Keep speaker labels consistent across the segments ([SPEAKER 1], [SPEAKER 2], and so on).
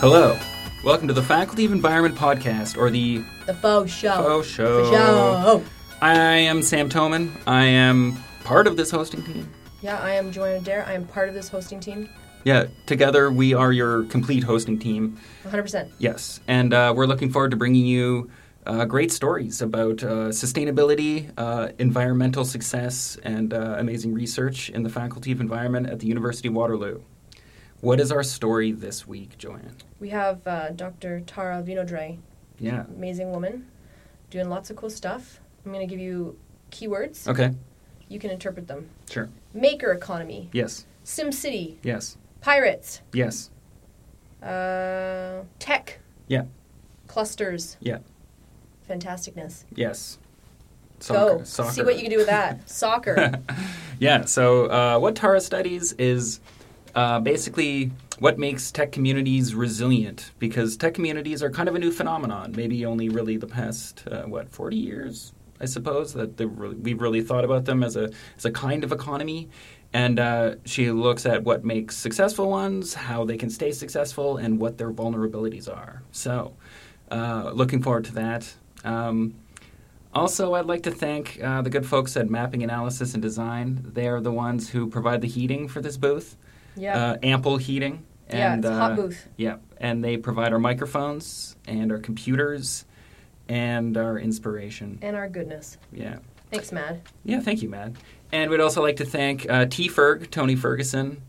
[SPEAKER 1] Hello. Welcome to the Faculty of Environment podcast, or the
[SPEAKER 2] The faux show.
[SPEAKER 1] Faux show.
[SPEAKER 2] Faux show.
[SPEAKER 1] I am Sam Toman. I am part of this hosting team.
[SPEAKER 2] Yeah, I am Joanna Dare. I am part of this hosting team.
[SPEAKER 1] Yeah, together we are your complete hosting team.
[SPEAKER 2] 100%.
[SPEAKER 1] Yes, and uh, we're looking forward to bringing you uh, great stories about uh, sustainability, uh, environmental success, and uh, amazing research in the Faculty of Environment at the University of Waterloo. What is our story this week, Joanne?
[SPEAKER 2] We have uh, Dr. Tara Vinodre,
[SPEAKER 1] Yeah.
[SPEAKER 2] amazing woman, doing lots of cool stuff. I'm going to give you keywords.
[SPEAKER 1] Okay.
[SPEAKER 2] You can interpret them.
[SPEAKER 1] Sure.
[SPEAKER 2] Maker economy,
[SPEAKER 1] Yes.
[SPEAKER 2] Sim City,
[SPEAKER 1] Yes.
[SPEAKER 2] pirates,
[SPEAKER 1] Yes.
[SPEAKER 2] uh, tech.
[SPEAKER 1] Yeah.
[SPEAKER 2] Clusters.
[SPEAKER 1] Yeah.
[SPEAKER 2] Fantasticness.
[SPEAKER 1] Yes.
[SPEAKER 2] Go. See what you can do with that.
[SPEAKER 1] Uh,
[SPEAKER 2] Soccer.
[SPEAKER 1] yeah. So uh, what Tara studies is uh, basically what makes tech communities resilient because tech communities are kind of a new phenomenon. Maybe only really the past uh, what forty years, I suppose, that they really, we've really thought about them as a as a kind of economy. And uh, she looks at what makes successful ones, how they can stay successful, and what their vulnerabilities are. So, uh, looking forward to that. Um, also, I'd like to thank uh, the good folks at Mapping Analysis and Design. They are the ones who provide the heating for this booth,
[SPEAKER 2] Yeah.
[SPEAKER 1] uh, ample heating.
[SPEAKER 2] yeah,
[SPEAKER 1] And,
[SPEAKER 2] it's a hot
[SPEAKER 1] uh,
[SPEAKER 2] booth.
[SPEAKER 1] Yeah, and they provide our microphones and our computers and our inspiration.
[SPEAKER 2] And our goodness.
[SPEAKER 1] Yeah.
[SPEAKER 2] Thanks, Mad.
[SPEAKER 1] Yeah, thank you, Matt. And we'd also like to thank uh, T Ferg, Tony Ferguson,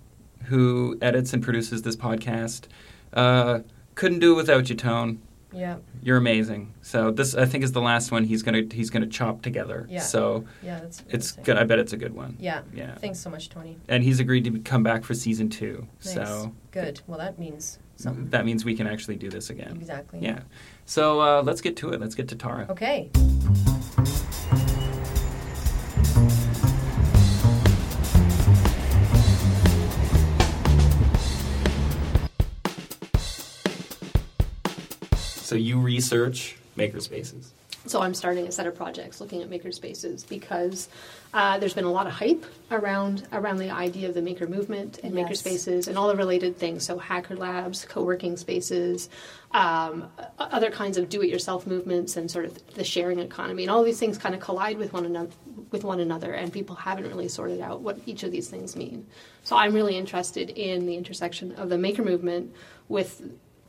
[SPEAKER 1] who edits and produces this podcast. Uh, couldn't do it without you, Tone.
[SPEAKER 2] Yeah.
[SPEAKER 1] You're amazing. So this, I think, is the last one he's gonna he's gonna chop together.
[SPEAKER 2] Yeah.
[SPEAKER 1] So
[SPEAKER 2] Yeah, that's
[SPEAKER 1] it's
[SPEAKER 2] amazing.
[SPEAKER 1] good. I bet it's a good one.
[SPEAKER 2] Yeah.
[SPEAKER 1] Yeah.
[SPEAKER 2] Thanks so much, Tony.
[SPEAKER 1] And he's agreed to come back for season two.
[SPEAKER 2] Nice.
[SPEAKER 1] So
[SPEAKER 2] Good. Well, that means something.
[SPEAKER 1] that means we can actually do this again.
[SPEAKER 2] Exactly.
[SPEAKER 1] Yeah. So uh, let's get to it. Let's get to Tara.
[SPEAKER 2] Okay.
[SPEAKER 1] So you research makerspaces.
[SPEAKER 3] So I'm starting a set of projects looking at makerspaces because uh, there's been a lot of hype around around the idea of the maker movement and
[SPEAKER 2] Yes.
[SPEAKER 3] makerspaces and all the related things. So hacker labs, co-working spaces, um, o- other kinds of do-it-yourself movements, and sort of the sharing economy, and all these things kind of collide with one another. With one another, and people haven't really sorted out what each of these things mean. So I'm really interested in the intersection of the maker movement with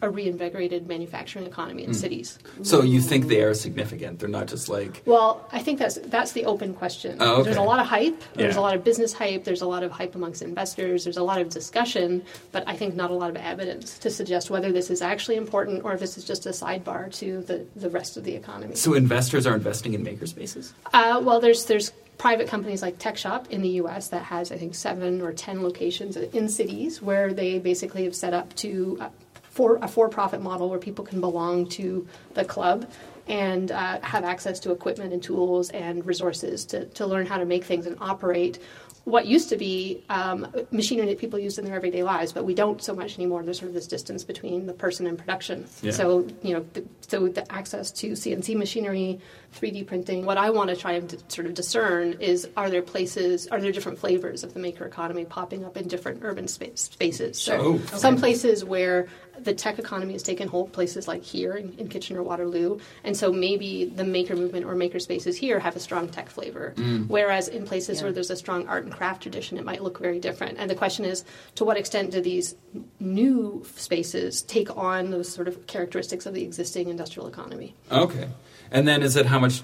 [SPEAKER 3] a reinvigorated manufacturing economy in cities.
[SPEAKER 1] So you think they are significant? They're not just like
[SPEAKER 3] Well, I think that's that's the open question.
[SPEAKER 1] Oh, okay.
[SPEAKER 3] There's a lot of hype. There's
[SPEAKER 1] Yeah.
[SPEAKER 3] a lot of business hype. There's a lot of hype amongst investors. There's a lot of discussion, but I think not a lot of evidence to suggest whether this is actually important or if this is just a sidebar to the, the rest of the economy.
[SPEAKER 1] so investors are investing in makerspaces.
[SPEAKER 3] Uh, well, there's there's private companies like TechShop in the U.S. that has I think seven or ten locations in cities where they basically have set up to uh, for a for-profit model where people can belong to the club and uh, have access to equipment and tools and resources to, to learn how to make things and operate what used to be um, machinery that people used in their everyday lives but we don't so much anymore there's sort of this distance between the person and production
[SPEAKER 1] Yeah.
[SPEAKER 3] so you know, the, so the access to CNC machinery, 3D printing. What I want to try and d- sort of discern is: are there places, are there different flavors of the maker economy popping up in different urban spa- spaces?
[SPEAKER 1] Sure.
[SPEAKER 3] So
[SPEAKER 1] Oh,
[SPEAKER 3] some
[SPEAKER 1] okay.
[SPEAKER 3] places where the tech economy has taken hold, places like here in, in Kitchener Waterloo, and so maybe the maker movement or maker spaces here have a strong tech flavor, whereas in places
[SPEAKER 2] Yeah.
[SPEAKER 3] where there's a strong art and craft tradition, it might look very different. And the question is, to what extent do these n- new spaces take on those sort of characteristics of the existing industrial economy?
[SPEAKER 1] Okay. And then is it how much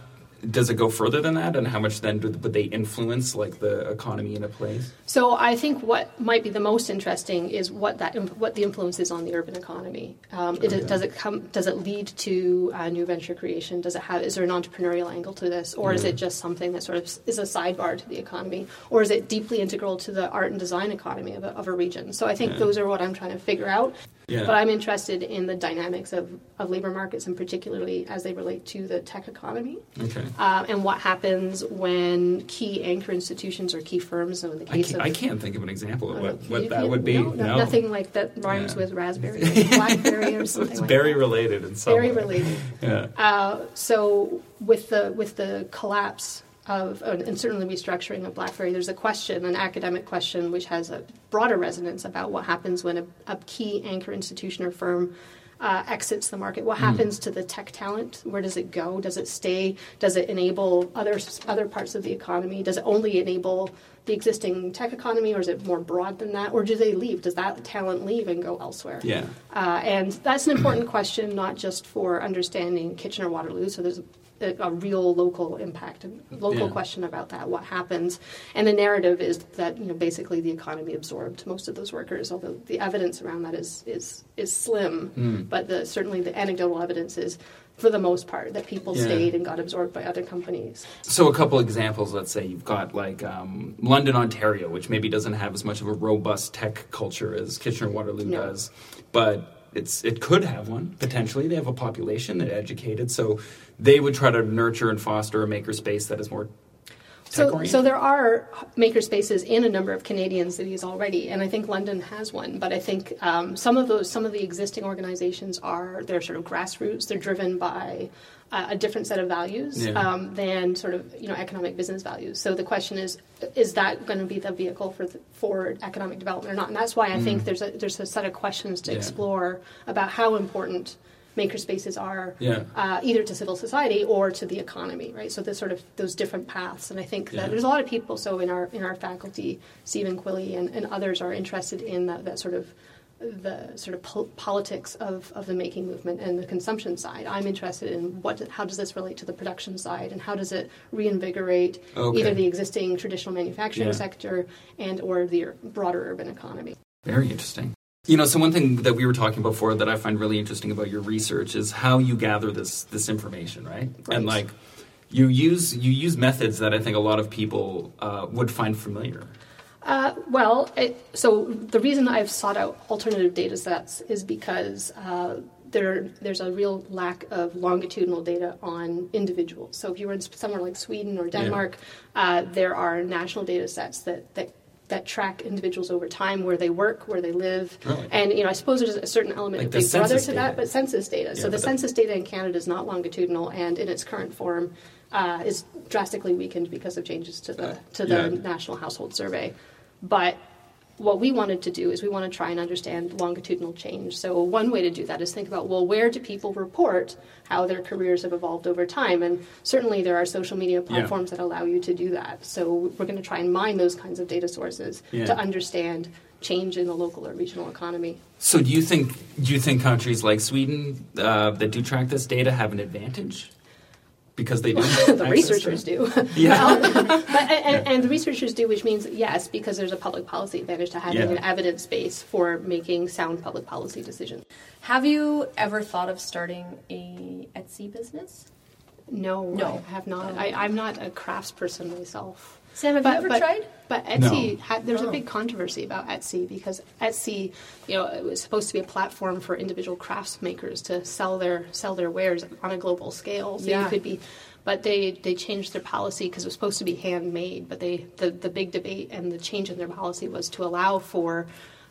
[SPEAKER 1] does it go further than that? And how much then do, would they influence like the economy in a place?
[SPEAKER 3] So I think what might be the most interesting is what that what the influence is on the urban economy. Um, it-
[SPEAKER 1] Okay.
[SPEAKER 3] does it come? Does it lead to uh, new venture creation? Does it have? Is there an entrepreneurial angle to this, or is
[SPEAKER 1] Yeah.
[SPEAKER 3] it just something that sort of s- is a sidebar to the economy, or is it deeply integral to the art and design economy of a, of a region? So I think
[SPEAKER 1] Yeah.
[SPEAKER 3] those are what I'm trying to figure out.
[SPEAKER 1] Yeah.
[SPEAKER 3] But I'm interested in the dynamics of, of labor markets, and particularly as they relate to the tech economy.
[SPEAKER 1] Okay.
[SPEAKER 3] Um, and what happens when key anchor institutions or key firms, so in the
[SPEAKER 1] I
[SPEAKER 3] case
[SPEAKER 1] can't,
[SPEAKER 3] of
[SPEAKER 1] I can't think of an example of
[SPEAKER 3] Oh,
[SPEAKER 1] what,
[SPEAKER 3] no,
[SPEAKER 1] what
[SPEAKER 3] you
[SPEAKER 1] that
[SPEAKER 3] can't-
[SPEAKER 1] would be.
[SPEAKER 3] No, no- nothing like that rhymes
[SPEAKER 1] Yeah.
[SPEAKER 3] with raspberry, or blackberry, or
[SPEAKER 1] So
[SPEAKER 3] something
[SPEAKER 1] it's
[SPEAKER 3] like
[SPEAKER 1] very
[SPEAKER 3] that.
[SPEAKER 1] related in some
[SPEAKER 3] Very
[SPEAKER 1] way.
[SPEAKER 3] related.
[SPEAKER 1] Yeah.
[SPEAKER 3] Uh, so with the with the collapse of, and certainly restructuring of BlackBerry, there's a question, an academic question, which has a broader resonance about what happens when a, a key anchor institution or firm uh, exits the market. What happens to the tech talent? Where does it go? Does it stay? Does it enable other other parts of the economy? Does it only enable the existing tech economy, or is it more broad than that? Or do they leave? Does that talent leave and go elsewhere?
[SPEAKER 4] Yeah.
[SPEAKER 3] Uh, and that's an important question, not just for understanding Kitchener Waterloo. So there's a a, a real local impact, a local
[SPEAKER 4] Yeah.
[SPEAKER 3] question about that, what happens. And the narrative is that you know basically the economy absorbed most of those workers, although the evidence around that is is is slim.
[SPEAKER 4] Mm.
[SPEAKER 3] But the, certainly the anecdotal evidence is, for the most part, that people
[SPEAKER 4] Yeah.
[SPEAKER 3] stayed and got absorbed by other companies.
[SPEAKER 4] So a couple examples. Let's say you've got like um, London, Ontario, which maybe doesn't have as much of a robust tech culture as Kitchener Waterloo
[SPEAKER 3] No.
[SPEAKER 4] does, but it's it could have one potentially. They have a population that educated, so they would try to nurture and foster a makerspace that is more
[SPEAKER 3] So,
[SPEAKER 4] tech-oriented.
[SPEAKER 3] so there are maker spaces in a number of Canadian cities already, and I think London has one. But I think um, some of those, some of the existing organizations are they're sort of grassroots. They're driven by uh, a different set of values
[SPEAKER 4] Yeah.
[SPEAKER 3] um, than sort of you know economic business values. So the question is, is that going to be the vehicle for the, for economic development or not? And that's why I think there's a there's a set of questions to
[SPEAKER 4] Mm. Yeah.
[SPEAKER 3] explore about how important maker spaces are
[SPEAKER 4] Yeah.
[SPEAKER 3] uh, either to civil society or to the economy, right? So there's sort of those different paths, and I think
[SPEAKER 4] Yeah.
[SPEAKER 3] that there's a lot of people. So in our in our faculty, Stephen Quilly and, and others are interested in that, that sort of the sort of pol- politics of, of the making movement and the consumption side. I'm interested in what how does this relate to the production side, and how does it reinvigorate
[SPEAKER 4] Okay.
[SPEAKER 3] either the existing traditional manufacturing
[SPEAKER 4] Yeah.
[SPEAKER 3] sector and or the ur- broader urban economy.
[SPEAKER 4] Very interesting. You know, so one thing that we were talking before that I find really interesting about your research is how you gather this this information, right?
[SPEAKER 3] Right.
[SPEAKER 4] And like you use you use methods that I think a lot of people uh, would find familiar.
[SPEAKER 3] Uh, well, it, so the reason I've sought out alternative data sets is because uh, there, there's a real lack of longitudinal data on individuals. So if you were in s- somewhere like Sweden or Denmark, uh, there are national data sets that, that, that track individuals over time, where they work, where they live.
[SPEAKER 4] Really?
[SPEAKER 3] And, you know, I suppose there's a certain element
[SPEAKER 4] Like
[SPEAKER 3] of
[SPEAKER 4] the
[SPEAKER 3] Big Brother
[SPEAKER 4] census
[SPEAKER 3] to
[SPEAKER 4] data.
[SPEAKER 3] that, but census data.
[SPEAKER 4] Yeah,
[SPEAKER 3] so the
[SPEAKER 4] but the-
[SPEAKER 3] census data in Canada is not longitudinal and in its current form uh, is drastically weakened because of changes to the, to the
[SPEAKER 4] Yeah.
[SPEAKER 3] National Household Survey. But what we wanted to do is we want to try and understand longitudinal change. So one way to do that is think about well, where do people report how their careers have evolved over time? And certainly there are social media platforms that allow you to do that. So we're going to try and mine those kinds of data sources
[SPEAKER 4] Yeah.
[SPEAKER 3] to understand change in the local or regional economy.
[SPEAKER 4] So do you think do you think countries like Sweden uh, that do track this data have an advantage because they do
[SPEAKER 3] the researchers do.
[SPEAKER 4] Yeah.
[SPEAKER 3] But, and, and the researchers do, which means yes, because there's a public policy advantage to having
[SPEAKER 4] Yeah.
[SPEAKER 3] an evidence base for making sound public policy decisions.
[SPEAKER 2] Have you ever thought of starting a Etsy business?
[SPEAKER 3] No,
[SPEAKER 2] No. Um,
[SPEAKER 3] I have not. I, I'm not a crafts person myself.
[SPEAKER 2] Sam, have you ever tried?
[SPEAKER 3] But
[SPEAKER 4] No.
[SPEAKER 3] Etsy, ha- there's
[SPEAKER 2] Oh.
[SPEAKER 3] a big controversy about Etsy because Etsy, you know, it was supposed to be a platform for individual crafts makers to sell their sell their wares on a global scale. So
[SPEAKER 2] Yeah.
[SPEAKER 3] you could be, but they they changed their policy because it was supposed to be handmade. But they the the big debate and the change in their policy was to allow for.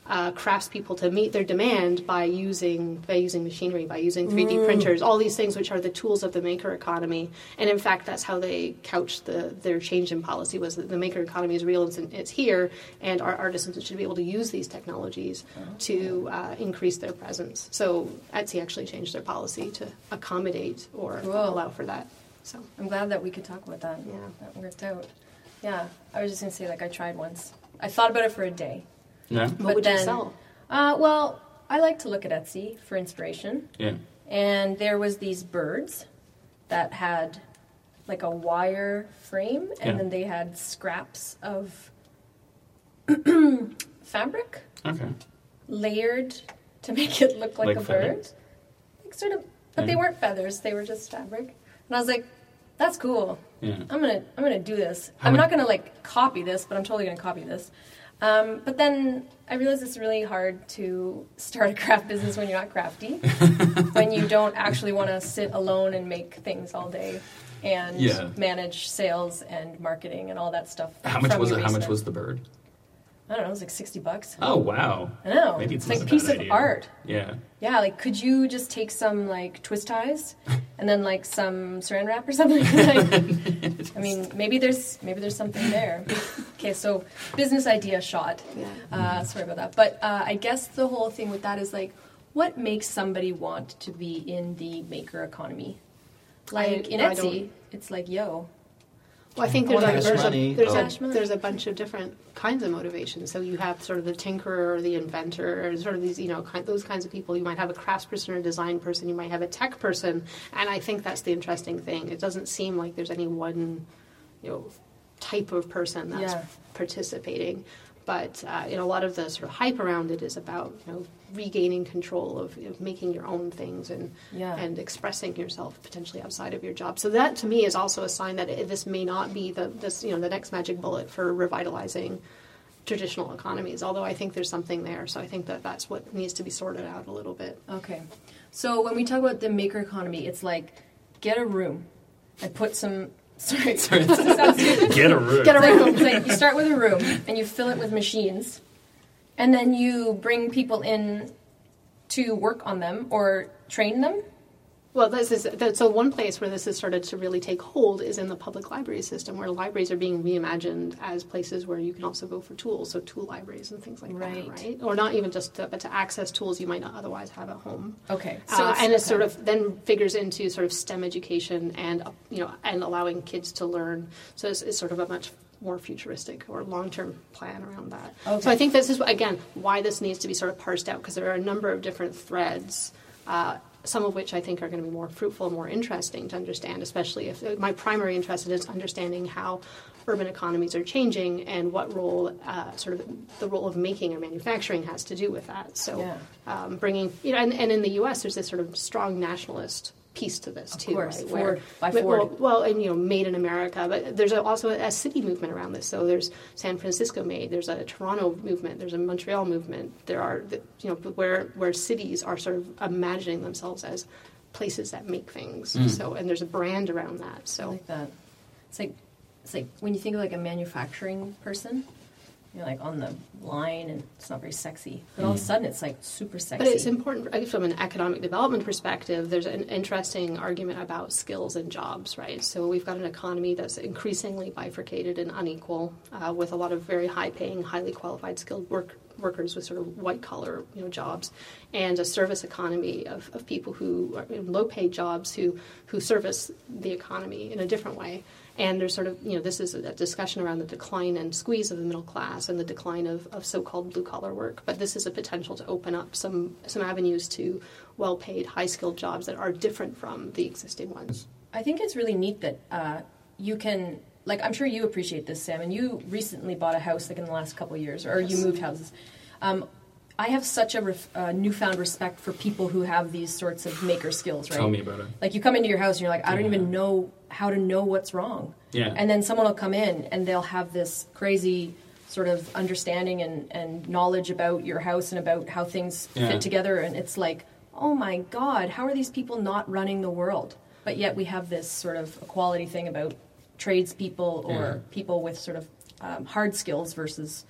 [SPEAKER 3] Uh, craftspeople to meet their demand by using by using machinery, by using 3D printers, all these things which are the tools of the maker economy. And in fact, that's how they couched the their change in policy was that the maker economy is real, it's, it's here, and our artisans should be able to use these technologies to uh, increase their presence. So Etsy actually changed their policy to accommodate or
[SPEAKER 2] Cool.
[SPEAKER 3] allow for that. So
[SPEAKER 2] I'm glad that we could talk about that.
[SPEAKER 3] Yeah.
[SPEAKER 2] That worked out. Yeah. I was just going to say, like, I tried once. I thought about it for a day.
[SPEAKER 4] Yeah.
[SPEAKER 3] what would
[SPEAKER 2] then,
[SPEAKER 3] you sell?
[SPEAKER 2] Uh, well, I like to look at Etsy for inspiration.
[SPEAKER 4] Yeah.
[SPEAKER 2] And there was these birds that had like a wire frame, and
[SPEAKER 4] Yeah.
[SPEAKER 2] then they had scraps of fabric
[SPEAKER 4] Okay.
[SPEAKER 2] layered to make it look like,
[SPEAKER 4] Like
[SPEAKER 2] a bird.
[SPEAKER 4] feathers?
[SPEAKER 2] Like sort of, but they
[SPEAKER 4] Yeah.
[SPEAKER 2] weren't feathers; they were just fabric. And I was like, "That's cool.
[SPEAKER 4] Yeah.
[SPEAKER 2] I'm gonna, I'm gonna do this.
[SPEAKER 4] How
[SPEAKER 2] I'm
[SPEAKER 4] many-
[SPEAKER 2] not gonna like copy this, but I'm totally gonna copy this." Um, but then I realized it's really hard to start a craft business when you're not crafty, when you don't actually want to sit alone and make things all day and
[SPEAKER 4] Yeah.
[SPEAKER 2] manage sales and marketing and all that stuff.
[SPEAKER 4] How much
[SPEAKER 2] from
[SPEAKER 4] was
[SPEAKER 2] your
[SPEAKER 4] it? How much
[SPEAKER 2] basement.
[SPEAKER 4] was the bird?
[SPEAKER 2] I don't know, it was like 60 bucks.
[SPEAKER 1] Oh wow.
[SPEAKER 2] I know.
[SPEAKER 1] Maybe it's
[SPEAKER 2] like
[SPEAKER 1] not
[SPEAKER 2] a
[SPEAKER 1] a
[SPEAKER 2] piece
[SPEAKER 1] bad
[SPEAKER 2] of
[SPEAKER 1] idea.
[SPEAKER 2] art.
[SPEAKER 1] Yeah.
[SPEAKER 2] Yeah, like could you just take some like twist ties and then like some saran wrap or something? like, I mean, maybe there's maybe there's something there. Okay, so business idea shot.
[SPEAKER 3] Yeah.
[SPEAKER 2] Uh, sorry about that, but uh, I guess the whole thing with that is like, what makes somebody want to be in the maker economy? Like
[SPEAKER 3] I-
[SPEAKER 2] in
[SPEAKER 3] I
[SPEAKER 2] Etsy,
[SPEAKER 3] don't-
[SPEAKER 2] it's like yo,
[SPEAKER 3] Well, I think
[SPEAKER 4] Or
[SPEAKER 3] there's,
[SPEAKER 4] cash
[SPEAKER 3] a, there's,
[SPEAKER 4] money.
[SPEAKER 3] a, there's,
[SPEAKER 2] Cash
[SPEAKER 3] a,
[SPEAKER 2] money.
[SPEAKER 3] there's a bunch of different kinds of motivations. So you have sort of the tinkerer, the inventor, and sort of these, you know, kind, those kinds of people. You might have a craftsperson or design person. You might have a tech person. And I think that's the interesting thing. It doesn't seem like there's any one, you know, type of person that's
[SPEAKER 2] Yeah.
[SPEAKER 3] participating. But uh, in a lot of the sort of hype around it is about, you know, regaining control of, of making your own things and
[SPEAKER 2] Yeah.
[SPEAKER 3] and expressing yourself potentially outside of your job. So that to me is also a sign that it, this may not be the this you know the next magic bullet for revitalizing traditional economies. Although I think there's something there, so I think that that's what needs to be sorted out a little bit.
[SPEAKER 2] Okay. So when we talk about the maker economy, it's like get a room and put some. Sorry, sorry.
[SPEAKER 1] Get a room.
[SPEAKER 3] Get a room.
[SPEAKER 2] It's like you start with a room and you fill it with machines, and then you bring people in to work on them or train them.
[SPEAKER 3] Well, this is that, so one place where this has started to really take hold is in the public library system, where libraries are being reimagined as places where you can also go for tools, so tool libraries and things like
[SPEAKER 2] Right.
[SPEAKER 3] that, right? Or not even just to, but to access tools you might not otherwise have at home.
[SPEAKER 2] Okay.
[SPEAKER 3] So
[SPEAKER 2] it's-
[SPEAKER 3] Uh, and it sort
[SPEAKER 2] Ah, okay.
[SPEAKER 3] of then figures into sort of STEM education and uh, you know and allowing kids to learn. So it's, it's sort of a much more futuristic or long-term plan around that.
[SPEAKER 2] Okay.
[SPEAKER 3] So I think this is again why this needs to be sort of parsed out because there are a number of different threads. Uh, some of which I think are going to be more fruitful, more interesting to understand, especially if uh, my primary interest is understanding how urban economies are changing and what role, uh, sort of, the role of making or manufacturing has to do with that. So
[SPEAKER 2] Yeah.
[SPEAKER 3] um, bringing you know, and, and in the U.S. there's this sort of strong nationalist piece to this too,
[SPEAKER 2] course,
[SPEAKER 3] right?
[SPEAKER 2] Ford, by
[SPEAKER 3] but-
[SPEAKER 2] Ford.
[SPEAKER 3] Well, well, and you know, made in America, but there's a, also a, a city movement around this. So there's San Francisco made, there's a Toronto movement, there's a Montreal movement. There are the- you know where where cities are sort of imagining themselves as places that make things. So and there's a brand around that.
[SPEAKER 2] I
[SPEAKER 3] So
[SPEAKER 2] like that. It's like it's like when you think of like a manufacturing person, you're like on the line and it's not very sexy. But all of a sudden, it's like super sexy.
[SPEAKER 3] Mm. But it's important I think from an economic development perspective. There's an interesting argument about skills and jobs, right? So we've got an economy that's increasingly bifurcated and unequal, uh, with a lot of very high-paying, highly qualified, skilled work, workers with sort of white-collar you know jobs, and a service economy of, of people who are in low-paid jobs who who service the economy in a different way. And there's sort of, you know, this is a discussion around the decline and squeeze of the middle class and the decline of, of so called blue collar work. But this is a potential to open up some, some avenues to well paid, high skilled jobs that are different from the existing ones.
[SPEAKER 2] I think it's really neat that uh, you can, like, I'm sure you appreciate this, Sam, and you recently bought a house, like, in the last couple of years, or you moved houses. Um, I have such a ref- uh, newfound respect for people who have these sorts of maker skills, right?
[SPEAKER 1] Tell me about it.
[SPEAKER 2] Like, you come into your house and you're like, I don't
[SPEAKER 1] Yeah.
[SPEAKER 2] even know how to know what's wrong.
[SPEAKER 1] Yeah.
[SPEAKER 2] And then someone will come in and they'll have this crazy sort of understanding and, and knowledge about your house and about how things
[SPEAKER 1] Yeah.
[SPEAKER 2] fit together. And it's like, oh my God, how are these people not running the world? But yet we have this sort of equality thing about tradespeople or
[SPEAKER 1] Yeah.
[SPEAKER 2] people with sort of um, hard skills versus.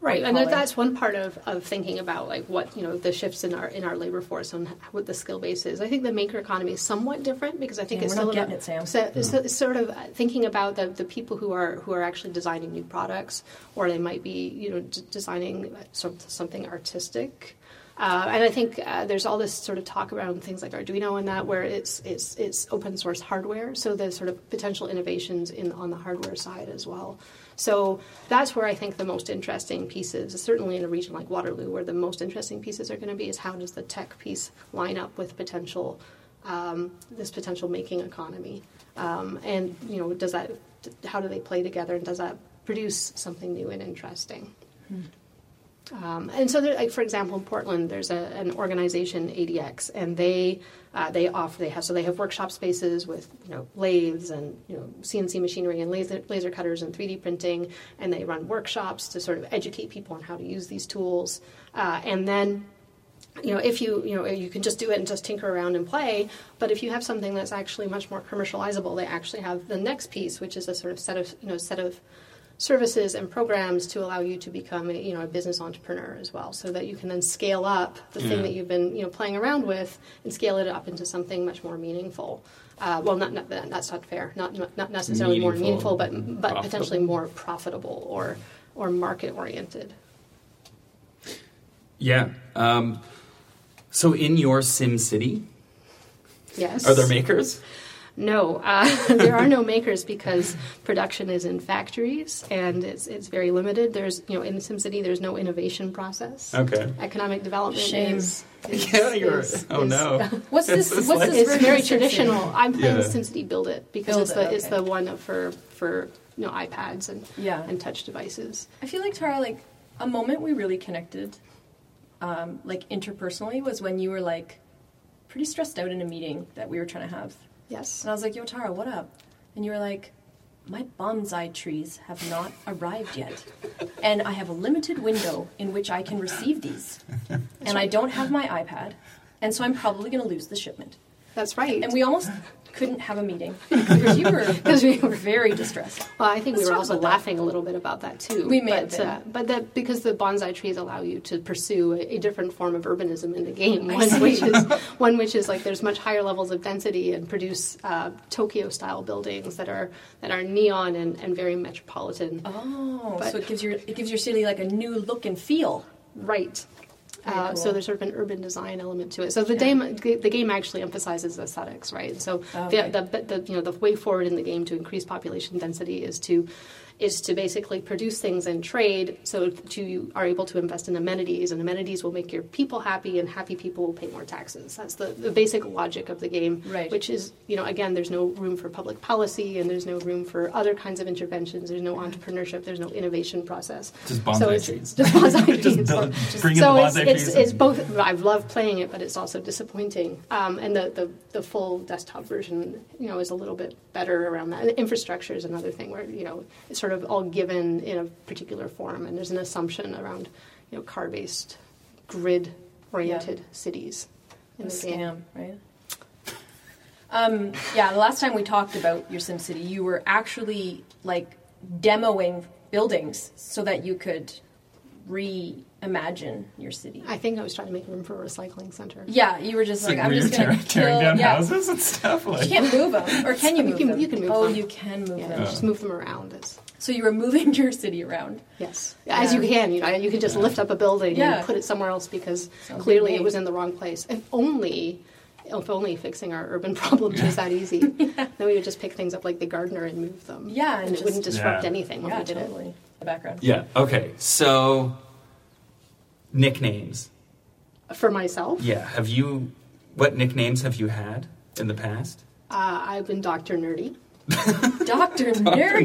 [SPEAKER 3] Right, and
[SPEAKER 2] white-collar.
[SPEAKER 3] that's one part of, of thinking about like what you know the shifts in our in our labor force and what the skill base is. I think the maker economy is somewhat different because I think
[SPEAKER 2] Yeah,
[SPEAKER 3] it's
[SPEAKER 2] we're not
[SPEAKER 3] still
[SPEAKER 2] getting
[SPEAKER 3] about,
[SPEAKER 2] it, Sam.
[SPEAKER 3] so- so- it's sort of thinking about the, the people who are who are actually designing new products, or they might be you know d- designing some, something artistic. Uh, and I think uh, there's all this sort of talk around things like Arduino and that, where it's it's it's open source hardware, so there's sort of potential innovations in on the hardware side as well. So that's where I think the most interesting pieces, certainly in a region like Waterloo, where the most interesting pieces are going to be, is how does the tech piece line up with potential um, this potential making economy, um, and you know, does that how do they play together, and does that produce something new and interesting? Um, and so, there, like for example, in Portland, there's a, an organization ADX, and they uh, they offer they have so they have workshop spaces with you know lathes and you know CNC machinery and laser, laser cutters and 3D printing, and they run workshops to sort of educate people on how to use these tools, uh, and then you know if you you know you can just do it and just tinker around and play but if you have something that's actually much more commercializable they actually have the next piece which is a sort of set of you know set of services and programs to allow you to become a, you know, a business entrepreneur as well, so that you can then scale up the thing that you've been you know, playing around with and scale it up into something much more meaningful. Uh, well, not, not that's not fair. Not not- not necessarily more
[SPEAKER 4] Meaningful,
[SPEAKER 3] meaningful, but but
[SPEAKER 4] profitable.
[SPEAKER 3] potentially more profitable or or market oriented.
[SPEAKER 4] Yeah. Um, so in your Sim City,
[SPEAKER 3] Yes.
[SPEAKER 4] are there makers?
[SPEAKER 3] No, uh, there are no makers because production is in factories and it's it's very limited. There's you know in SimCity there's no innovation process.
[SPEAKER 4] Okay.
[SPEAKER 3] Economic development
[SPEAKER 2] Shame.
[SPEAKER 3] is, is-
[SPEAKER 4] Yeah, you're.
[SPEAKER 3] is-
[SPEAKER 4] oh
[SPEAKER 3] is-
[SPEAKER 4] no.
[SPEAKER 2] What's
[SPEAKER 4] It's-
[SPEAKER 2] this?
[SPEAKER 4] it's
[SPEAKER 2] what's
[SPEAKER 4] like-
[SPEAKER 2] this?
[SPEAKER 3] It's
[SPEAKER 2] version
[SPEAKER 3] very
[SPEAKER 2] of Simpson?
[SPEAKER 3] traditional. I'm playing
[SPEAKER 4] Yeah.
[SPEAKER 3] SimCity Build It because
[SPEAKER 2] Build
[SPEAKER 3] it's
[SPEAKER 2] It,
[SPEAKER 3] the it's
[SPEAKER 2] okay.
[SPEAKER 3] the one for for you know iPads and
[SPEAKER 2] Yeah.
[SPEAKER 3] and touch devices.
[SPEAKER 2] I feel like Tara, like a moment we really connected, um, like interpersonally, was when you were like pretty stressed out in a meeting that we were trying to have,
[SPEAKER 3] Yes.
[SPEAKER 2] and I was like, "Yo, Tara, what up?" And you were like, "My bonsai trees have not arrived yet, and I have a limited window in which I can receive these, and I don't have my iPad, and so I'm probably going to lose the shipment."
[SPEAKER 3] That's right.
[SPEAKER 2] And we almost couldn't have a meeting because you were because we were very distressed.
[SPEAKER 3] Well, I think
[SPEAKER 2] Let's
[SPEAKER 3] we were
[SPEAKER 2] talk
[SPEAKER 3] also
[SPEAKER 2] about that.
[SPEAKER 3] laughing a little bit about that too.
[SPEAKER 2] We may
[SPEAKER 3] but,
[SPEAKER 2] have been.
[SPEAKER 3] Uh, but that because the bonsai trees allow you to pursue a, a different form of urbanism in the game,
[SPEAKER 2] I
[SPEAKER 3] one
[SPEAKER 2] see.
[SPEAKER 3] which is one which is like there's much higher levels of density and produce uh, Tokyo style buildings that are that are neon and, and very metropolitan.
[SPEAKER 2] Oh,
[SPEAKER 3] But-
[SPEAKER 2] so it gives your it gives your city like a new look and feel.
[SPEAKER 3] Right.
[SPEAKER 2] Very
[SPEAKER 3] Uh, So
[SPEAKER 2] cool.
[SPEAKER 3] there's sort of an urban design element to it. So the
[SPEAKER 2] Yeah.
[SPEAKER 3] game, the game actually emphasizes aesthetics, right? So
[SPEAKER 2] Oh, Okay.
[SPEAKER 3] the, the, the you know the way forward in the game to increase population density is to is to basically produce things and trade, so to you are able to invest in amenities, and amenities will make your people happy, and happy people will pay more taxes. That's the, the basic logic of the game,
[SPEAKER 2] Right.
[SPEAKER 3] which is you know again there's no room for public policy, and there's no room for other kinds of interventions. There's no entrepreneurship. There's no innovation process.
[SPEAKER 1] Just bonsai
[SPEAKER 3] so it's,
[SPEAKER 1] trees.
[SPEAKER 3] Just bonsai
[SPEAKER 1] Just
[SPEAKER 3] trees.
[SPEAKER 1] build- bring in
[SPEAKER 3] so
[SPEAKER 1] the
[SPEAKER 3] it's,
[SPEAKER 1] bonsai
[SPEAKER 3] it's,
[SPEAKER 1] trees.
[SPEAKER 3] it's both. I love playing it, but it's also disappointing. Um, and the, the, the full desktop version, you know, is a little bit better around that. And infrastructure is another thing where you know it's sort of all given in a particular form, and there's an assumption around you know car-based, grid-oriented cities in
[SPEAKER 2] A
[SPEAKER 3] the game.
[SPEAKER 2] scam, right? Um, yeah, the last time we talked about your SimCity, you were actually like demoing buildings so that you could reimagine your city.
[SPEAKER 3] I think I was trying to make room for a recycling center.
[SPEAKER 2] Yeah, you were just
[SPEAKER 1] It's
[SPEAKER 2] like,
[SPEAKER 1] like
[SPEAKER 2] I'm
[SPEAKER 1] where you're
[SPEAKER 2] just gonna
[SPEAKER 1] tearing, tearing
[SPEAKER 2] kill-
[SPEAKER 1] down
[SPEAKER 2] yeah.
[SPEAKER 1] houses and stuff.
[SPEAKER 2] You
[SPEAKER 1] Like,
[SPEAKER 2] can't move them, or can you
[SPEAKER 3] You
[SPEAKER 2] move
[SPEAKER 3] can-
[SPEAKER 2] them?
[SPEAKER 3] you can move
[SPEAKER 2] oh,
[SPEAKER 3] them.
[SPEAKER 2] you can move
[SPEAKER 3] Yeah,
[SPEAKER 2] them.
[SPEAKER 3] just move them around. It's,
[SPEAKER 2] So you were moving your city around.
[SPEAKER 3] Yes, as
[SPEAKER 2] Yeah.
[SPEAKER 3] you can. You know, you can just lift up a building
[SPEAKER 2] Yeah.
[SPEAKER 3] and put it somewhere else because
[SPEAKER 2] Sounds
[SPEAKER 3] clearly
[SPEAKER 2] like
[SPEAKER 3] it
[SPEAKER 2] me.
[SPEAKER 3] was in the wrong place. If only, if only fixing our urban problems was that easy, then we would just pick things up like the gardener and move them.
[SPEAKER 2] Yeah,
[SPEAKER 3] and,
[SPEAKER 2] and
[SPEAKER 3] it wouldn't
[SPEAKER 1] just-
[SPEAKER 3] disrupt
[SPEAKER 1] Yeah.
[SPEAKER 3] anything when
[SPEAKER 2] yeah,
[SPEAKER 3] we did
[SPEAKER 2] totally. The background.
[SPEAKER 1] yeah.
[SPEAKER 4] Okay. So nicknames.
[SPEAKER 3] it for myself.
[SPEAKER 4] Yeah. Have you? What nicknames have you had in the past?
[SPEAKER 3] Uh, I've been Doctor Nerdy
[SPEAKER 2] Doctor
[SPEAKER 4] Dr.
[SPEAKER 2] Nerdy.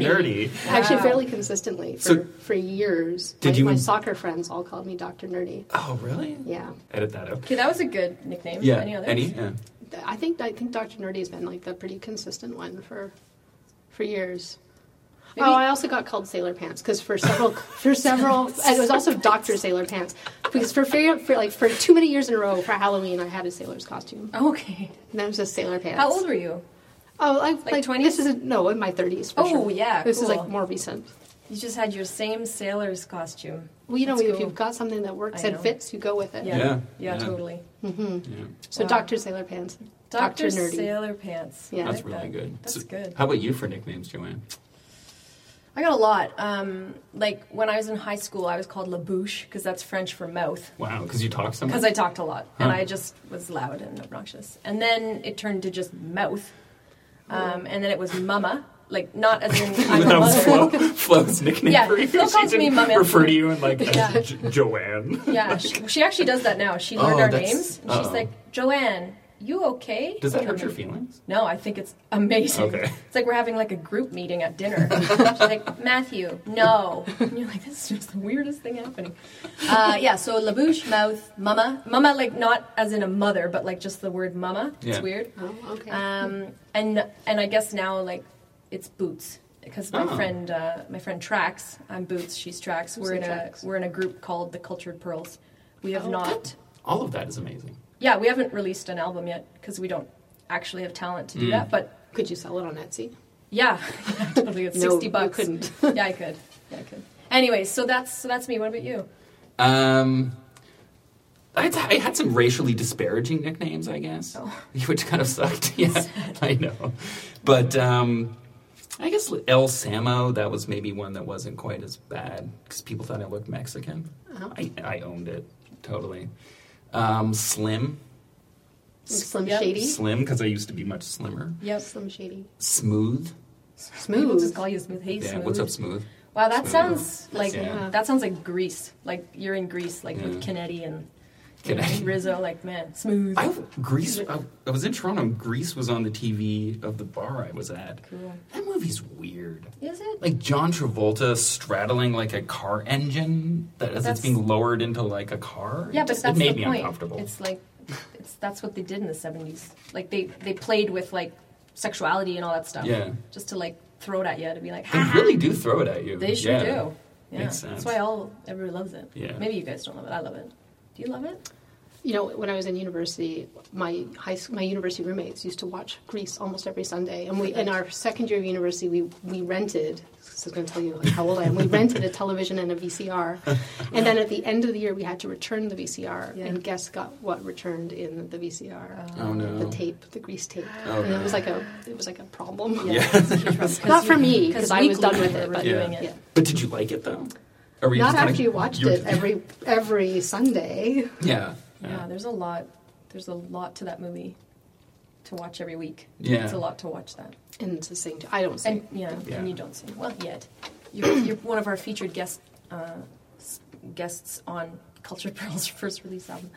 [SPEAKER 4] Nerdy.
[SPEAKER 3] actually
[SPEAKER 2] Wow.
[SPEAKER 3] fairly consistently for,
[SPEAKER 4] So-
[SPEAKER 3] for years.
[SPEAKER 4] Did
[SPEAKER 3] my,
[SPEAKER 4] you-
[SPEAKER 3] my soccer friends all called me Doctor Nerdy.
[SPEAKER 4] Oh, really?
[SPEAKER 3] Yeah,
[SPEAKER 4] Edit that out.
[SPEAKER 2] Okay, that was a good nickname.
[SPEAKER 4] Yeah.
[SPEAKER 2] Any others?
[SPEAKER 4] Yeah.
[SPEAKER 3] I think I think Doctor Nerdy has been like the pretty consistent one for for years.
[SPEAKER 2] Maybe-
[SPEAKER 3] Oh, I also got called Sailor Pants because for several for several and it was also Doctor Sailor Pants because for, fair, for like for too many years in a row for Halloween I had a sailor's costume
[SPEAKER 2] Okay.
[SPEAKER 3] and then it was just Sailor Pants.
[SPEAKER 2] How old were you?
[SPEAKER 3] Oh, I, like,
[SPEAKER 2] 20s?
[SPEAKER 3] This is no in my thirties.
[SPEAKER 2] Oh, yeah,
[SPEAKER 3] this is
[SPEAKER 2] cool.
[SPEAKER 3] like more recent.
[SPEAKER 2] You just had your same sailor's costume.
[SPEAKER 3] Well, you know,
[SPEAKER 2] That's
[SPEAKER 3] if
[SPEAKER 2] cool.
[SPEAKER 3] you've got something that works
[SPEAKER 2] I
[SPEAKER 3] and
[SPEAKER 2] know.
[SPEAKER 3] fits, you go with it.
[SPEAKER 2] Yeah.
[SPEAKER 4] Yeah,
[SPEAKER 2] Yeah,
[SPEAKER 4] yeah.
[SPEAKER 2] totally.
[SPEAKER 4] yeah.
[SPEAKER 3] So
[SPEAKER 2] Wow.
[SPEAKER 3] Doctor Sailor Pants, Doctor
[SPEAKER 2] Doctor
[SPEAKER 3] Nerdy.
[SPEAKER 2] Sailor Pants.
[SPEAKER 3] Yeah.
[SPEAKER 2] I
[SPEAKER 4] That's
[SPEAKER 2] like
[SPEAKER 4] really
[SPEAKER 2] that.
[SPEAKER 4] good.
[SPEAKER 2] That's
[SPEAKER 4] So
[SPEAKER 2] good.
[SPEAKER 4] How about you for nicknames, Joanne?
[SPEAKER 2] I got a lot. Um, like when I was in high school, I was called La Bouche because that's French for mouth.
[SPEAKER 4] Wow, because you talk so much.
[SPEAKER 2] Because I talked a lot and
[SPEAKER 4] Huh.
[SPEAKER 2] I just was loud and obnoxious. And then it turned to just mouth. Um, and then it was mama, like not as in I'm a
[SPEAKER 4] that was
[SPEAKER 2] mother.
[SPEAKER 4] Flo, Flo's nickname
[SPEAKER 2] Yeah,
[SPEAKER 4] for you.
[SPEAKER 2] Flo
[SPEAKER 4] She
[SPEAKER 2] calls me
[SPEAKER 4] didn't
[SPEAKER 2] Mama.
[SPEAKER 4] Refer to you in like that,
[SPEAKER 2] Yeah.
[SPEAKER 4] "Jo- Joanne.
[SPEAKER 2] Yeah, she, she actually does that now. She learned
[SPEAKER 4] Oh,
[SPEAKER 2] our
[SPEAKER 4] that's-
[SPEAKER 2] names, and
[SPEAKER 4] uh-oh.
[SPEAKER 2] she's like, "Joanne, you okay?"
[SPEAKER 4] Does that
[SPEAKER 2] And
[SPEAKER 4] hurt
[SPEAKER 2] I'm
[SPEAKER 4] your
[SPEAKER 2] like,
[SPEAKER 4] feelings?
[SPEAKER 2] No, I think it's amazing.
[SPEAKER 4] Okay.
[SPEAKER 2] It's like we're having like a group meeting at dinner. she's like, "Matthew, no," and you're like, "This is just the weirdest thing happening." Uh, yeah, so labouche, mouth, mama, mama, like not as in a mother, but like just the word mama. It's
[SPEAKER 4] Yeah.
[SPEAKER 2] weird.
[SPEAKER 3] Oh, okay.
[SPEAKER 2] Um, and and I guess now like it's boots because my
[SPEAKER 4] Oh.
[SPEAKER 2] friend uh, my friend Trax I'm boots she's Trax we're in
[SPEAKER 3] Who's
[SPEAKER 2] a
[SPEAKER 3] Trax?
[SPEAKER 2] we're in a group called the Cultured Pearls. We have
[SPEAKER 3] Oh.
[SPEAKER 2] not
[SPEAKER 4] All of that is amazing.
[SPEAKER 2] yeah we haven't released an album yet because we don't actually have talent
[SPEAKER 4] Mm.
[SPEAKER 2] to do that but
[SPEAKER 3] Could you sell it on Etsy?
[SPEAKER 2] yeah totally it's
[SPEAKER 3] No,
[SPEAKER 2] sixty
[SPEAKER 3] you
[SPEAKER 2] bucks
[SPEAKER 3] couldn't.
[SPEAKER 2] yeah I could yeah Anyway, so that's so that's me. What about you?
[SPEAKER 1] Um, I, I had some racially disparaging nicknames, I guess,
[SPEAKER 2] Oh.
[SPEAKER 1] which kind of sucked. yeah, I know. But um, I guess El Samo, that was maybe one that wasn't quite as bad because people thought I looked Mexican.
[SPEAKER 3] Uh-huh.
[SPEAKER 1] I, I owned it totally. Um, slim,
[SPEAKER 3] Slim
[SPEAKER 2] Yep.
[SPEAKER 3] Shady.
[SPEAKER 1] slim, because I used to be much slimmer.
[SPEAKER 2] Yep.
[SPEAKER 3] Slim Shady.
[SPEAKER 1] Smooth.
[SPEAKER 2] People
[SPEAKER 3] Smooth.
[SPEAKER 2] just call you smooth. Hey,
[SPEAKER 1] yeah,
[SPEAKER 2] smooth.
[SPEAKER 1] what's up, smooth?
[SPEAKER 2] Wow, that
[SPEAKER 1] Smooth.
[SPEAKER 2] sounds like
[SPEAKER 1] Yeah. Mm.
[SPEAKER 2] that sounds like Greece. Like you're in Greece, like with
[SPEAKER 1] Yeah.
[SPEAKER 2] Kennedy and,
[SPEAKER 1] Can
[SPEAKER 2] and
[SPEAKER 1] I?
[SPEAKER 2] Rizzo. Like man, smooth.
[SPEAKER 1] I Greece. I, I was in Toronto. and Greece was on the TV of the bar I was at.
[SPEAKER 2] Cool.
[SPEAKER 1] That movie's weird.
[SPEAKER 2] Is it?
[SPEAKER 1] Like John Travolta straddling like a car engine that as it's
[SPEAKER 2] That's-
[SPEAKER 1] being lowered into like a car.
[SPEAKER 2] yeah,
[SPEAKER 1] it,
[SPEAKER 2] but
[SPEAKER 1] just-
[SPEAKER 2] that's
[SPEAKER 1] it made
[SPEAKER 2] the
[SPEAKER 1] me
[SPEAKER 2] point.
[SPEAKER 1] uncomfortable.
[SPEAKER 2] It's like it's that's what they did in the '70s. Like they they played with like sexuality and all that stuff.
[SPEAKER 1] Yeah.
[SPEAKER 2] Just to like throw it at you to be like,
[SPEAKER 1] They
[SPEAKER 2] "Ha, ha."
[SPEAKER 1] really do throw it at you.
[SPEAKER 2] They sure
[SPEAKER 1] Yeah.
[SPEAKER 2] do. Yeah.
[SPEAKER 1] Makes sense.
[SPEAKER 2] That's why all everybody loves it.
[SPEAKER 1] Yeah.
[SPEAKER 2] Maybe you guys don't love it. I love it. Do you love it?
[SPEAKER 3] You know, when I was in university, my high school, my university roommates used to watch Grease almost every Sunday. And we, in our second year of university, we, we rented. This is going to tell you like, how old I am. We rented a television and a VCR, and then at the end of the year, we had to return the VCR.
[SPEAKER 2] Yeah.
[SPEAKER 3] And guess got what returned in the VCR?
[SPEAKER 1] Oh no.
[SPEAKER 3] The tape, the Grease tape.
[SPEAKER 1] Oh,
[SPEAKER 3] and
[SPEAKER 1] no.
[SPEAKER 3] it was like a, it was like a problem.
[SPEAKER 2] it's a huge problem. 'Cause
[SPEAKER 3] Not for
[SPEAKER 2] you-
[SPEAKER 3] me, because I was
[SPEAKER 2] weekly
[SPEAKER 3] done with
[SPEAKER 2] we
[SPEAKER 3] it.
[SPEAKER 2] were
[SPEAKER 3] But
[SPEAKER 2] reviewing
[SPEAKER 1] Yeah.
[SPEAKER 2] it.
[SPEAKER 3] yeah.
[SPEAKER 1] But did you like it though? Or were you
[SPEAKER 3] Not
[SPEAKER 1] just kinda-
[SPEAKER 3] after you watched
[SPEAKER 1] you were
[SPEAKER 3] it
[SPEAKER 1] just-
[SPEAKER 3] every every Sunday.
[SPEAKER 1] Yeah.
[SPEAKER 2] Yeah, there's a lot. There's a lot to that movie to watch every week.
[SPEAKER 1] Yeah.
[SPEAKER 2] it's a lot to watch that.
[SPEAKER 3] And it's the same. I don't sing.
[SPEAKER 2] And yeah,
[SPEAKER 1] Yeah.
[SPEAKER 2] and you don't sing well yet. You're, you're one of our featured guest uh, s- guests on Cultured Pearl's first release album.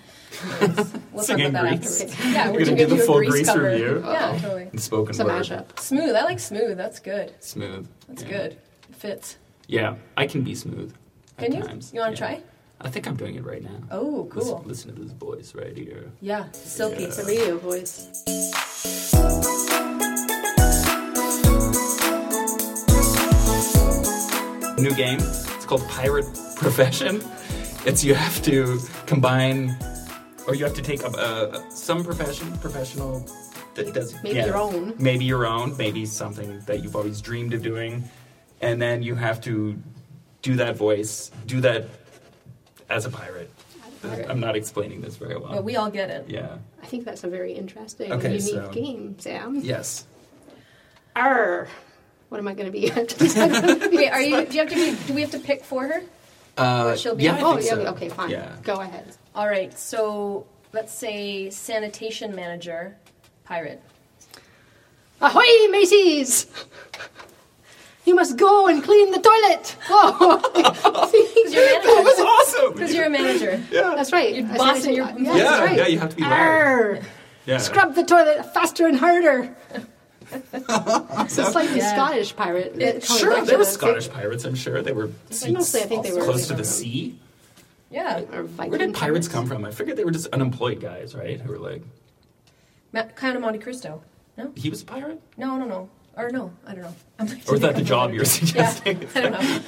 [SPEAKER 2] Anyways, We'll talk
[SPEAKER 1] Singing
[SPEAKER 2] about that
[SPEAKER 1] Grease.
[SPEAKER 2] afterwards. Yeah,
[SPEAKER 1] You're
[SPEAKER 2] we're
[SPEAKER 1] gonna
[SPEAKER 2] gonna
[SPEAKER 1] do the
[SPEAKER 2] do a
[SPEAKER 1] full
[SPEAKER 2] Grease
[SPEAKER 1] Grease
[SPEAKER 2] cover.
[SPEAKER 1] review?
[SPEAKER 2] Yeah,
[SPEAKER 3] Oh.
[SPEAKER 2] totally.
[SPEAKER 1] And spoken
[SPEAKER 3] it's a
[SPEAKER 1] word.
[SPEAKER 3] mashup.
[SPEAKER 2] Smooth. I like smooth. That's good.
[SPEAKER 1] Smooth.
[SPEAKER 2] That's
[SPEAKER 1] Yeah.
[SPEAKER 2] good. It fits.
[SPEAKER 1] Yeah, I can be smooth. at
[SPEAKER 2] Can you?
[SPEAKER 1] times.
[SPEAKER 2] You want
[SPEAKER 1] Yeah.
[SPEAKER 2] to try?
[SPEAKER 1] I think I'm doing it right now.
[SPEAKER 2] Oh,
[SPEAKER 1] Listen-
[SPEAKER 2] cool.
[SPEAKER 1] Listen, to this voice right here.
[SPEAKER 2] Yeah, silky.
[SPEAKER 1] Yeah.
[SPEAKER 3] The radio voice.
[SPEAKER 1] New game. It's called Pirate Profession. It's you have to combine, or you have to take up uh, some profession, professional. That does,
[SPEAKER 3] Maybe
[SPEAKER 1] yeah.
[SPEAKER 3] your own.
[SPEAKER 1] Maybe your own. Maybe something that you've always dreamed of doing, and then you have to do that voice, do that as a pirate.
[SPEAKER 3] pirate.
[SPEAKER 1] I'm not explaining this very well.
[SPEAKER 2] But we all get it.
[SPEAKER 1] Uh, yeah.
[SPEAKER 3] I think that's a very interesting,
[SPEAKER 1] Okay,
[SPEAKER 3] unique
[SPEAKER 1] so-
[SPEAKER 3] game, Sam.
[SPEAKER 1] Yes.
[SPEAKER 3] Arr. What am I going to be? oh,
[SPEAKER 2] Wait, are you? Do you have to? Be, do we have to pick for her?
[SPEAKER 1] Uh,
[SPEAKER 2] she'll be-
[SPEAKER 1] yeah, I
[SPEAKER 2] Oh,
[SPEAKER 1] think
[SPEAKER 3] yeah.
[SPEAKER 1] so.
[SPEAKER 3] Okay, fine.
[SPEAKER 1] Yeah.
[SPEAKER 3] Go ahead.
[SPEAKER 2] All right. So let's say sanitation manager, pirate.
[SPEAKER 3] Ahoy, Macy's! You must go and clean the toilet. Whoa! See?
[SPEAKER 2] You're a
[SPEAKER 1] That was
[SPEAKER 2] manager.
[SPEAKER 1] awesome.
[SPEAKER 2] Because you're a manager.
[SPEAKER 1] yeah.
[SPEAKER 3] that's right.
[SPEAKER 2] You're
[SPEAKER 3] I said
[SPEAKER 2] bossing
[SPEAKER 3] I should-
[SPEAKER 2] your-
[SPEAKER 3] yeah,
[SPEAKER 2] Yeah,
[SPEAKER 3] that's
[SPEAKER 1] yeah,
[SPEAKER 3] right.
[SPEAKER 1] yeah, you have to be loud.
[SPEAKER 3] Arr.
[SPEAKER 1] Yeah.
[SPEAKER 3] Scrub the toilet faster and harder. It's like the
[SPEAKER 2] Yeah.
[SPEAKER 3] Scottish pirate. uh,
[SPEAKER 2] It-
[SPEAKER 3] Colin
[SPEAKER 1] Sure, there were
[SPEAKER 3] Blanchett.
[SPEAKER 1] Scottish pirates. I'm sure they were sea-
[SPEAKER 3] Mostly, I think they were
[SPEAKER 1] close to the
[SPEAKER 3] Viking
[SPEAKER 1] sea.
[SPEAKER 2] Yeah.
[SPEAKER 3] Or Viking
[SPEAKER 1] Where did pirates come from? I figured they were just unemployed guys, right? Who were like,
[SPEAKER 2] Ma- Count of Monte Cristo. No?
[SPEAKER 1] he was a pirate,
[SPEAKER 2] No, no, no. Or no, I don't know. I'm
[SPEAKER 1] or is that the job you're suggesting?
[SPEAKER 2] Yeah, I don't know.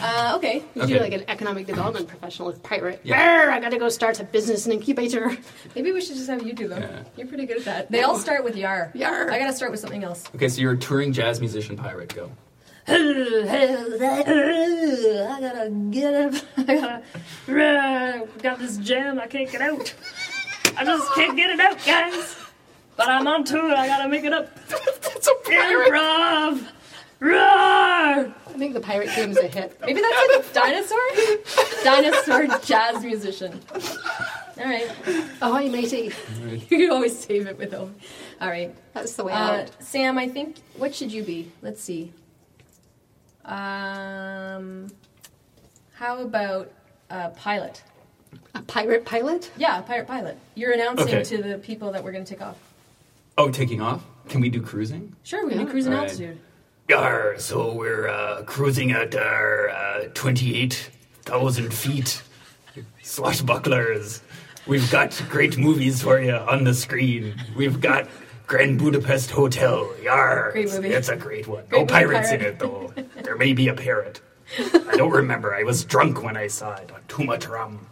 [SPEAKER 2] Uh, okay.
[SPEAKER 3] You should do
[SPEAKER 1] Okay.
[SPEAKER 3] like an economic development professional with pirate.
[SPEAKER 1] Yeah.
[SPEAKER 3] Arr, I gotta go start a business and incubator.
[SPEAKER 2] Maybe we should just have you do them.
[SPEAKER 1] Yeah.
[SPEAKER 2] You're pretty good at that. They all start with yar.
[SPEAKER 3] Yar.
[SPEAKER 2] I gotta start with something else.
[SPEAKER 1] Okay, so you're a touring jazz musician pirate. Go.
[SPEAKER 2] I gotta get up. I gotta.
[SPEAKER 5] got this jam I can't get out. I just can't get it out, guys. But I'm on tour. I gotta make it up.
[SPEAKER 1] That's a pirate.
[SPEAKER 5] Improv. Roar!
[SPEAKER 3] I think the pirate game's a hit.
[SPEAKER 2] Maybe that's a dinosaur? dinosaur jazz musician. All right.
[SPEAKER 3] Ahoy, Oh, matey.
[SPEAKER 2] You always save it with them. All right.
[SPEAKER 3] That's the way
[SPEAKER 2] Uh,
[SPEAKER 3] out.
[SPEAKER 2] Sam, I think what should you be? Let's see. Um, how about a pilot?
[SPEAKER 3] A pirate pilot?
[SPEAKER 2] Yeah, a pirate pilot. You're announcing
[SPEAKER 1] Okay.
[SPEAKER 2] to the people that we're going to take off.
[SPEAKER 1] Oh, taking off? Can we do cruising?
[SPEAKER 2] Sure, we can do
[SPEAKER 3] Yeah.
[SPEAKER 2] cruising
[SPEAKER 1] All right.
[SPEAKER 2] altitude.
[SPEAKER 1] Yar, so we're uh, cruising at our uh, 28,000 feet. Swashbucklers. We've got great movies for you on the screen. We've got Grand Budapest Hotel. Yar.
[SPEAKER 2] Great movie.
[SPEAKER 1] It's a great one.
[SPEAKER 2] Great
[SPEAKER 1] no
[SPEAKER 2] movie,
[SPEAKER 1] pirates in
[SPEAKER 2] pirate.
[SPEAKER 1] it, though. there may be a parrot. I don't remember. I was drunk when I saw it on too much rum.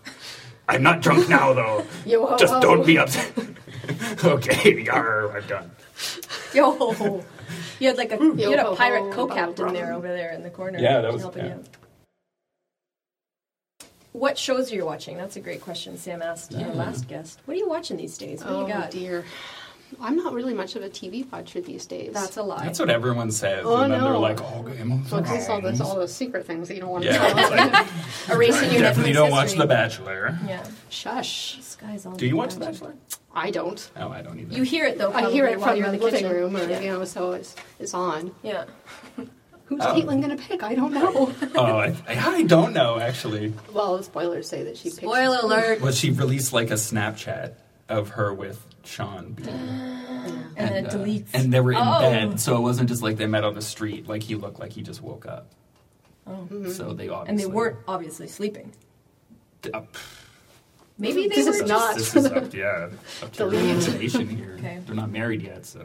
[SPEAKER 1] I'm not drunk now, though.
[SPEAKER 3] Yo-ho-ho.
[SPEAKER 1] Just don't be upset. okay, yar, I'm done.
[SPEAKER 2] Yo, you had like a you had a pirate
[SPEAKER 3] Yo-ho-ho,
[SPEAKER 2] co-captain
[SPEAKER 3] bum.
[SPEAKER 2] there over there in the corner.
[SPEAKER 1] Yeah, that was-
[SPEAKER 2] helping you
[SPEAKER 1] yeah.
[SPEAKER 2] out. What shows are you watching? That's a great question Sam asked our last guest. What are you watching these days? What do
[SPEAKER 3] Oh
[SPEAKER 2] you got?
[SPEAKER 3] dear, I'm not really much of a TV watcher these days.
[SPEAKER 2] That's a lie.
[SPEAKER 1] That's what everyone says.
[SPEAKER 3] Oh,
[SPEAKER 1] and then they're
[SPEAKER 3] no.
[SPEAKER 1] like, oh, Game of
[SPEAKER 3] What's this, all
[SPEAKER 1] Thrones.
[SPEAKER 3] this, all those secret things that you don't want to
[SPEAKER 1] Yeah,
[SPEAKER 3] know.
[SPEAKER 1] it's like,
[SPEAKER 2] Erasing your
[SPEAKER 1] definitely
[SPEAKER 2] Netflix
[SPEAKER 1] don't watch
[SPEAKER 2] history.
[SPEAKER 1] The Bachelor.
[SPEAKER 2] Yeah.
[SPEAKER 3] Shush,
[SPEAKER 2] This guy's all
[SPEAKER 1] Do you watch The
[SPEAKER 2] bad.
[SPEAKER 1] Bachelor?
[SPEAKER 3] I don't.
[SPEAKER 1] No, I don't either.
[SPEAKER 2] You hear it though.
[SPEAKER 3] I hear it
[SPEAKER 2] probably while you're
[SPEAKER 3] from your
[SPEAKER 2] in the
[SPEAKER 3] living
[SPEAKER 2] kitchen.
[SPEAKER 3] room, or
[SPEAKER 2] yeah.
[SPEAKER 3] you know, so it's it's on.
[SPEAKER 2] Yeah.
[SPEAKER 3] Who's
[SPEAKER 1] Oh.
[SPEAKER 3] Caitlin going to pick? I don't know.
[SPEAKER 1] oh, I, I don't know, actually.
[SPEAKER 3] well, spoilers say that she picks.
[SPEAKER 2] Spoiler alert.
[SPEAKER 1] Well, she released like a Snapchat of her with Sean Bean.
[SPEAKER 2] And, it
[SPEAKER 1] uh,
[SPEAKER 2] deletes.
[SPEAKER 1] and they were in
[SPEAKER 2] Oh.
[SPEAKER 1] bed, so it wasn't just like they met on the street. Like he looked like he just woke up. So they obviously
[SPEAKER 2] Oh. And they weren't obviously sleeping.
[SPEAKER 1] Uh, pff,
[SPEAKER 2] Maybe they
[SPEAKER 3] Mm-hmm. This
[SPEAKER 2] were
[SPEAKER 3] is
[SPEAKER 2] just-
[SPEAKER 3] not-
[SPEAKER 1] This is up, yeah, up to your
[SPEAKER 3] Deleted.
[SPEAKER 1] imagination here.
[SPEAKER 2] Okay.
[SPEAKER 1] They're not married yet, so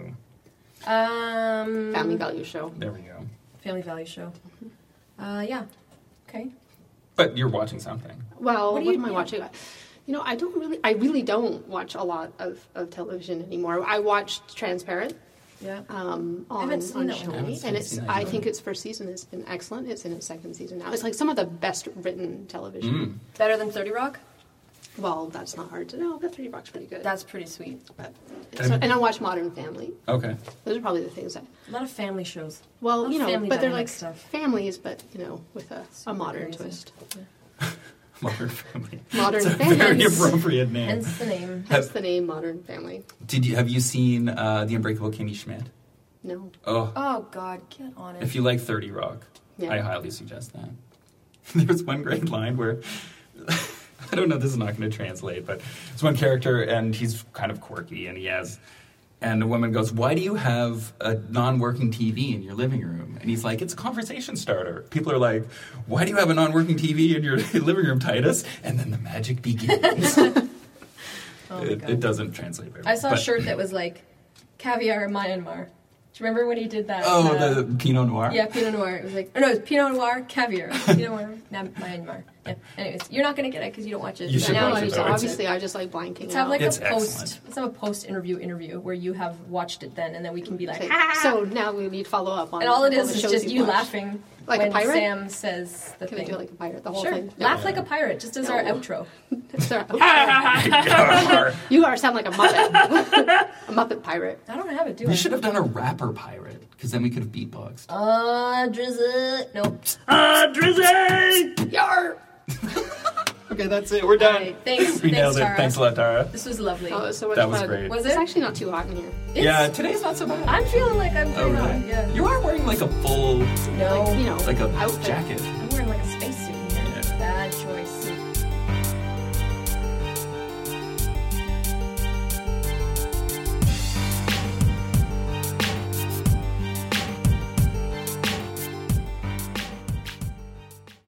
[SPEAKER 2] Um,
[SPEAKER 3] Family Value Show.
[SPEAKER 1] there we go.
[SPEAKER 2] Family Value Show.
[SPEAKER 3] Mm-hmm.
[SPEAKER 2] Uh, yeah. Okay.
[SPEAKER 1] But you're watching something.
[SPEAKER 2] What
[SPEAKER 3] Well, what,
[SPEAKER 2] do you-
[SPEAKER 3] am I
[SPEAKER 2] yeah.
[SPEAKER 3] watching? You know, I don't really, I really don't watch a lot of, of television anymore. I watched Transparent
[SPEAKER 2] Yeah.
[SPEAKER 3] um,
[SPEAKER 2] I
[SPEAKER 3] on,
[SPEAKER 2] haven't
[SPEAKER 3] on
[SPEAKER 2] seen that one.
[SPEAKER 1] I haven't
[SPEAKER 3] Shoney,
[SPEAKER 1] seen-
[SPEAKER 3] and it's,
[SPEAKER 1] seen that
[SPEAKER 3] I
[SPEAKER 1] either.
[SPEAKER 3] think its first season has been excellent. It's in its second season now. It's like some of the best written television.
[SPEAKER 1] Mm.
[SPEAKER 2] Better than 30 Rock?
[SPEAKER 3] Well, that's not hard to know, but 30 Rock's pretty good.
[SPEAKER 2] That's pretty sweet.
[SPEAKER 3] But- so- and I watch Modern Family.
[SPEAKER 1] Okay.
[SPEAKER 3] Those are probably the things that,
[SPEAKER 2] A lot of family shows.
[SPEAKER 3] well,
[SPEAKER 2] Well,
[SPEAKER 3] you know,
[SPEAKER 2] Oh, family
[SPEAKER 3] but they're
[SPEAKER 2] dynamic
[SPEAKER 3] like
[SPEAKER 2] stuff.
[SPEAKER 3] families, but, you know, with a, a modern
[SPEAKER 2] crazy.
[SPEAKER 3] twist.
[SPEAKER 1] Modern Family.
[SPEAKER 3] Modern
[SPEAKER 1] It's a
[SPEAKER 3] Family.
[SPEAKER 1] very appropriate name.
[SPEAKER 2] Hence the name.
[SPEAKER 3] That's the name Modern Family.
[SPEAKER 1] Did you have you seen uh, the Unbreakable Kimmy Schmidt?
[SPEAKER 3] No.
[SPEAKER 1] Oh,
[SPEAKER 2] Oh, God. Get on it.
[SPEAKER 1] If you like 30 Rock,
[SPEAKER 3] Yeah.
[SPEAKER 1] I highly suggest that. There's one great line where I don't know, this is not going to translate, but it's one character and he's kind of quirky and he has. And a woman goes, Why do you have a non working TV in your living room? And he's like, It's a conversation starter. People are like, Why do you have a non working TV in your living room, Titus? And then the magic begins.
[SPEAKER 2] oh, my
[SPEAKER 1] it,
[SPEAKER 2] God.
[SPEAKER 1] it doesn't translate very well.
[SPEAKER 2] I saw a
[SPEAKER 1] but-
[SPEAKER 2] shirt that was like caviar in Myanmar. Do you remember when he did that?
[SPEAKER 1] Oh,
[SPEAKER 2] Uh,
[SPEAKER 1] the Pinot Noir?
[SPEAKER 2] Yeah, Pinot Noir. It was like, oh no, it's Pinot Noir, caviar. Pinot Noir, Nam- Myanmar. Yeah. Anyways, you're not gonna get it because you don't watch it.
[SPEAKER 1] You
[SPEAKER 2] but
[SPEAKER 1] should
[SPEAKER 2] now
[SPEAKER 3] No,
[SPEAKER 1] watch
[SPEAKER 2] you
[SPEAKER 1] it,
[SPEAKER 2] need to
[SPEAKER 3] I just,
[SPEAKER 1] though.
[SPEAKER 2] watch
[SPEAKER 3] obviously,
[SPEAKER 2] it.
[SPEAKER 3] I just like blanking
[SPEAKER 2] Let's have
[SPEAKER 3] out.
[SPEAKER 2] like
[SPEAKER 1] It's
[SPEAKER 2] a post.
[SPEAKER 1] excellent.
[SPEAKER 2] Let's have a post-interview interview where you have watched it then, and then we can be like,
[SPEAKER 3] Okay,
[SPEAKER 2] ha!
[SPEAKER 3] So now we need follow up on
[SPEAKER 2] and all it
[SPEAKER 3] the
[SPEAKER 2] is is
[SPEAKER 3] shows
[SPEAKER 2] just
[SPEAKER 3] you've
[SPEAKER 2] you
[SPEAKER 3] watched.
[SPEAKER 2] laughing
[SPEAKER 3] Like a
[SPEAKER 2] when
[SPEAKER 3] pirate?
[SPEAKER 2] Sam says the
[SPEAKER 3] Can we
[SPEAKER 2] thing.
[SPEAKER 3] do like a pirate the whole
[SPEAKER 2] sure,
[SPEAKER 3] thing?
[SPEAKER 2] laugh like a pirate, just as our
[SPEAKER 3] No.
[SPEAKER 2] outro.
[SPEAKER 3] Sorry. Oh, you are sound like a muppet, a muppet pirate.
[SPEAKER 2] I don't have it, do I?
[SPEAKER 1] We should have done a rapper pirate, because then we could have beatboxed.
[SPEAKER 2] Uh, drizzle. No.
[SPEAKER 5] Ah, Drizzy!
[SPEAKER 3] Yar.
[SPEAKER 1] Okay, that's it. We're done.
[SPEAKER 2] All right, thanks.
[SPEAKER 1] We
[SPEAKER 2] thanks,
[SPEAKER 1] nailed it.
[SPEAKER 2] Tara.
[SPEAKER 1] Thanks a lot, Tara.
[SPEAKER 2] This was lovely.
[SPEAKER 3] Oh, it was so much
[SPEAKER 1] That was
[SPEAKER 3] fun.
[SPEAKER 1] great.
[SPEAKER 2] Was
[SPEAKER 3] It's
[SPEAKER 2] it?
[SPEAKER 3] actually not too hot in here.
[SPEAKER 2] It's-
[SPEAKER 1] Yeah, today's not so bad.
[SPEAKER 2] I'm feeling like I'm
[SPEAKER 1] Oh,
[SPEAKER 2] pretty
[SPEAKER 1] really?
[SPEAKER 2] hot. Yeah.
[SPEAKER 1] You are wearing like a full,
[SPEAKER 2] No.
[SPEAKER 3] Like, you know,
[SPEAKER 1] like a
[SPEAKER 3] outfit.
[SPEAKER 1] jacket.